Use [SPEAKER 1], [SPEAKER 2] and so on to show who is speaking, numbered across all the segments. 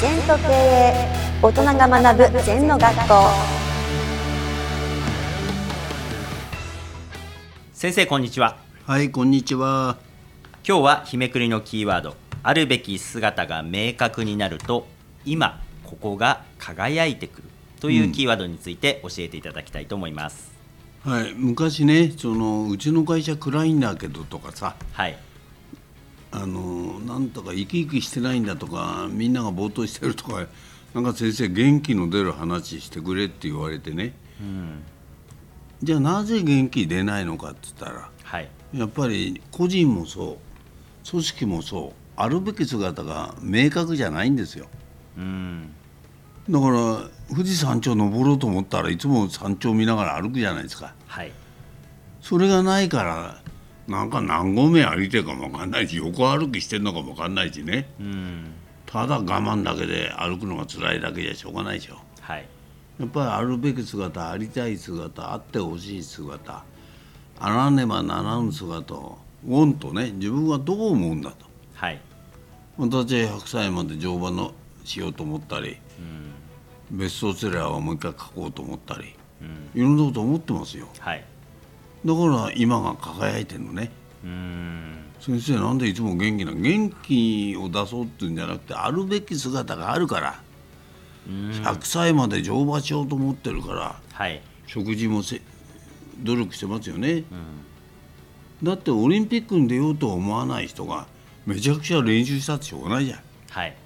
[SPEAKER 1] 全と経営大人が学ぶ全の学校
[SPEAKER 2] 先生こんにちは
[SPEAKER 3] はい、こんにちは。
[SPEAKER 2] 今日は日めくりのキーワードあるべき姿が明確になると今ここが輝いてくるというキーワードについて教えていただきたいと思います、
[SPEAKER 3] はい、昔ね、そのうちの会社暗いんだけどとかさ、
[SPEAKER 2] はい
[SPEAKER 3] あのなんとか生き生きしてないんだとか、みんながぼーっとしてるとか、なんか先生元気の出る話してくれって言われてね。じゃあなぜ元気出ないのかって言ったら、
[SPEAKER 2] はい
[SPEAKER 3] やっぱり個人もそう、組織もそう、あるべき姿が明確じゃないんですよ。
[SPEAKER 2] うん
[SPEAKER 3] だから富士山頂登ろうと思ったらいつも山頂見ながら歩くじゃないですか。
[SPEAKER 2] はい
[SPEAKER 3] それがないからなんか何合目歩いてるかもわかんないし横歩きしてんのかもわかんないしね
[SPEAKER 2] うん
[SPEAKER 3] ただ我慢だけで歩くのが辛いだけじゃしょうがないでしょ
[SPEAKER 2] はい
[SPEAKER 3] やっぱりあるべき姿ありたい姿あってほしい姿あらねばならぬ姿をウォンとね自分はどう思うんだと
[SPEAKER 2] はい
[SPEAKER 3] 私は100歳まで乗馬のしようと思ったり、別荘セラーはもう一回書こうと思ったり、いろんなこと思ってますよ
[SPEAKER 2] はい
[SPEAKER 3] だから今が輝いてるのね
[SPEAKER 2] うん
[SPEAKER 3] 先生なんでいつも元気なの元気を出そうっていうんじゃなくてあるべき姿があるから100歳まで乗馬しようと思ってるから
[SPEAKER 2] はい
[SPEAKER 3] 食事もせ努力してますよね、だってオリンピックに出ようとは思わない人がめちゃくちゃ練習したってしょうがないじゃん
[SPEAKER 2] はい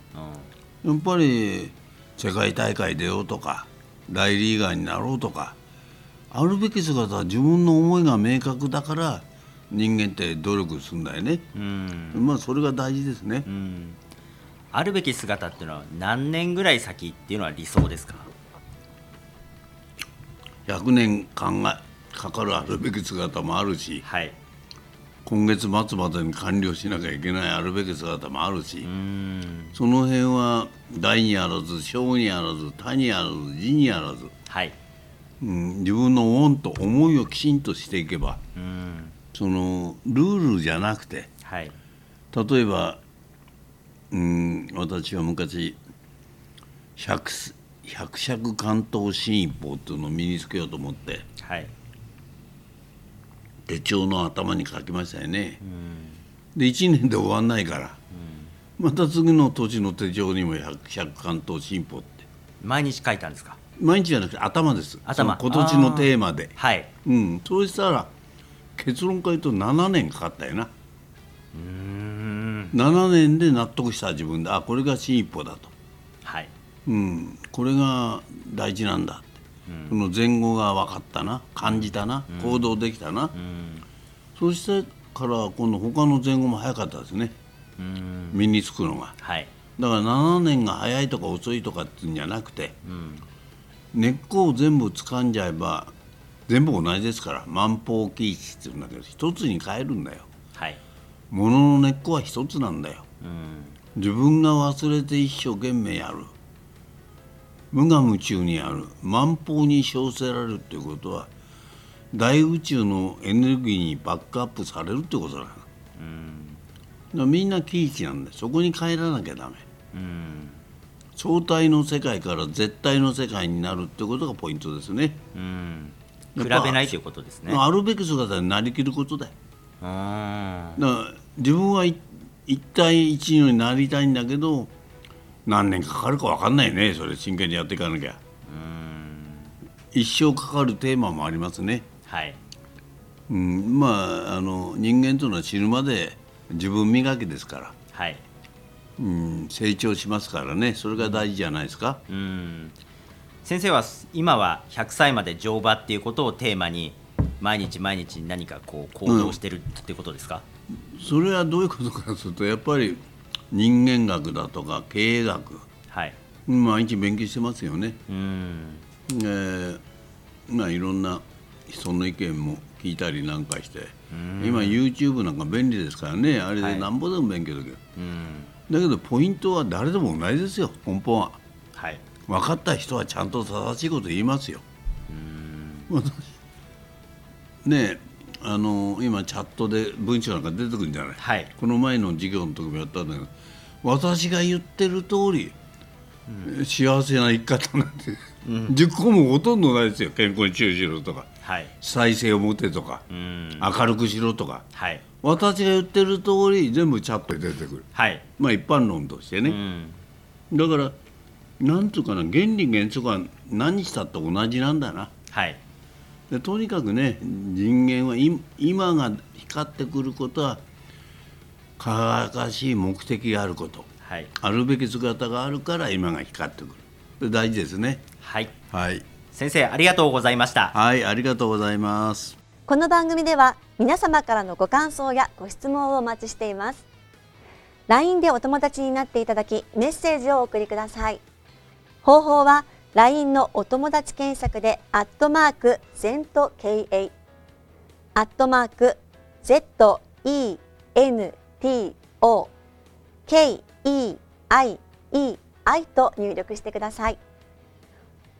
[SPEAKER 2] うん
[SPEAKER 3] やっぱり世界大会出ようとか大リーガーになろうとかあるべき姿は自分の思いが明確だから人間って努力するんだよね、
[SPEAKER 2] うん
[SPEAKER 3] まあそれが大事ですね、
[SPEAKER 2] うんあるべき姿っていうのは何年ぐらい先っていうのは理想ですか
[SPEAKER 3] 100年考えかかるあるべき姿もあるし
[SPEAKER 2] はい
[SPEAKER 3] 今月末までに完了しなきゃいけないあるべき姿もあるし、
[SPEAKER 2] うん
[SPEAKER 3] その辺は大にあらず小にあらず他にあらず字にあらず、
[SPEAKER 2] はい
[SPEAKER 3] うん、自分の恩と思いをきちんとしていけば
[SPEAKER 2] うん
[SPEAKER 3] そのルールじゃなくて
[SPEAKER 2] はい
[SPEAKER 3] 例えば、うん、私は昔百す百尺関東新一法っていうのを身につけようと思って
[SPEAKER 2] はい
[SPEAKER 3] 手帳の頭に書きましたよね、で1年で終わんないから、また次の年の手帳にも百尺関東新法って
[SPEAKER 2] 毎日書いたんですか
[SPEAKER 3] 毎日じゃなくて頭です
[SPEAKER 2] 頭
[SPEAKER 3] その今年のテーマで
[SPEAKER 2] はい
[SPEAKER 3] うんそうしたら結論から言うと7年かかったよな
[SPEAKER 2] うん
[SPEAKER 3] 7年で納得した自分であこれが新一歩だと、
[SPEAKER 2] はい
[SPEAKER 3] うん、これが大事なんだって、その前後が分かったな感じたな、行動できたな、
[SPEAKER 2] うん
[SPEAKER 3] そしてから今度他の前後も早かったですね
[SPEAKER 2] うん
[SPEAKER 3] 身につくのが
[SPEAKER 2] はい
[SPEAKER 3] だから7年が早いとか遅いとかっていうんじゃなくて
[SPEAKER 2] うん
[SPEAKER 3] 根っこを全部掴んじゃえば全部同じですから万法起一っていうんだけど一つに変えるんだよ
[SPEAKER 2] はい
[SPEAKER 3] 物の根っこは一つなんだよ
[SPEAKER 2] うん
[SPEAKER 3] 自分が忘れて一生懸命やる無我夢中にやる万法に称せられるっていうことは大宇宙のエネルギーにバックアップされるってことなのだからみんな喜一なんでそこに帰らなきゃダメ
[SPEAKER 2] うん
[SPEAKER 3] 相対の世界から絶対の世界になるってことがポイントですね
[SPEAKER 2] うん比
[SPEAKER 3] やっ
[SPEAKER 2] べ
[SPEAKER 3] ぱ
[SPEAKER 2] ないということですね
[SPEAKER 3] あるべき姿になりきることだよ
[SPEAKER 2] うんは
[SPEAKER 3] だから自分は一一対一になりたいんだけど何年かかるか分かんないねそれ真剣にやっていかなきゃ一生かかるテーマもありますね、
[SPEAKER 2] い
[SPEAKER 3] うん、まああの人間というのは死ぬまで自分磨きですから、
[SPEAKER 2] はい
[SPEAKER 3] うん、成長しますからねそれが大事じゃないですか、
[SPEAKER 2] うん先生は今は100歳まで乗馬っていうことをテーマに毎日毎日何かこう行動してるってことですか、
[SPEAKER 3] それはどういうことかとするとやっぱり人間学だとか経営学
[SPEAKER 2] はい
[SPEAKER 3] 毎日勉強してますよね
[SPEAKER 2] うん
[SPEAKER 3] えーまあいろんな人の意見も聞いたりなんかして今 YouTube なんか便利ですからねあれ
[SPEAKER 2] は
[SPEAKER 3] で
[SPEAKER 2] い
[SPEAKER 3] なんぼでも勉強できる、
[SPEAKER 2] うん
[SPEAKER 3] だけどポイントは誰でも同じですよ根本は
[SPEAKER 2] はい
[SPEAKER 3] 分かった人はちゃんと正しいこと言いますよ私 ねえあの今チャットで文章なんか出てくるんじゃない、
[SPEAKER 2] はい
[SPEAKER 3] この前の授業の時もやったんだけど私が言ってる通り幸せな生き方なんて、10項目ほとんどないですよ健康に注意しろとか
[SPEAKER 2] はい
[SPEAKER 3] 再生を持てとか、
[SPEAKER 2] うん
[SPEAKER 3] 明るくしろとか
[SPEAKER 2] はい
[SPEAKER 3] 私が言ってる通り全部チャットで出てくる
[SPEAKER 2] はい
[SPEAKER 3] まあ一般論としてね、
[SPEAKER 2] うん
[SPEAKER 3] だからなんつうかな原理原則は何したって同じなんだな
[SPEAKER 2] はい
[SPEAKER 3] でとにかくね人間は今今が光ってくることは輝かしい目的があること
[SPEAKER 2] はい
[SPEAKER 3] あるべき姿があるから今が光ってくるで大事ですね
[SPEAKER 2] はい
[SPEAKER 3] はい
[SPEAKER 2] 先生ありがとうございました
[SPEAKER 3] はいありがとうございます
[SPEAKER 1] この番組では皆様からのご感想やご質問をお待ちしています LINE でお友達になっていただきメッセージをお送りください方法は LINE のお友達検索でアットマーク ZENTKA アットマーク ZENTOKEIEI と入力してください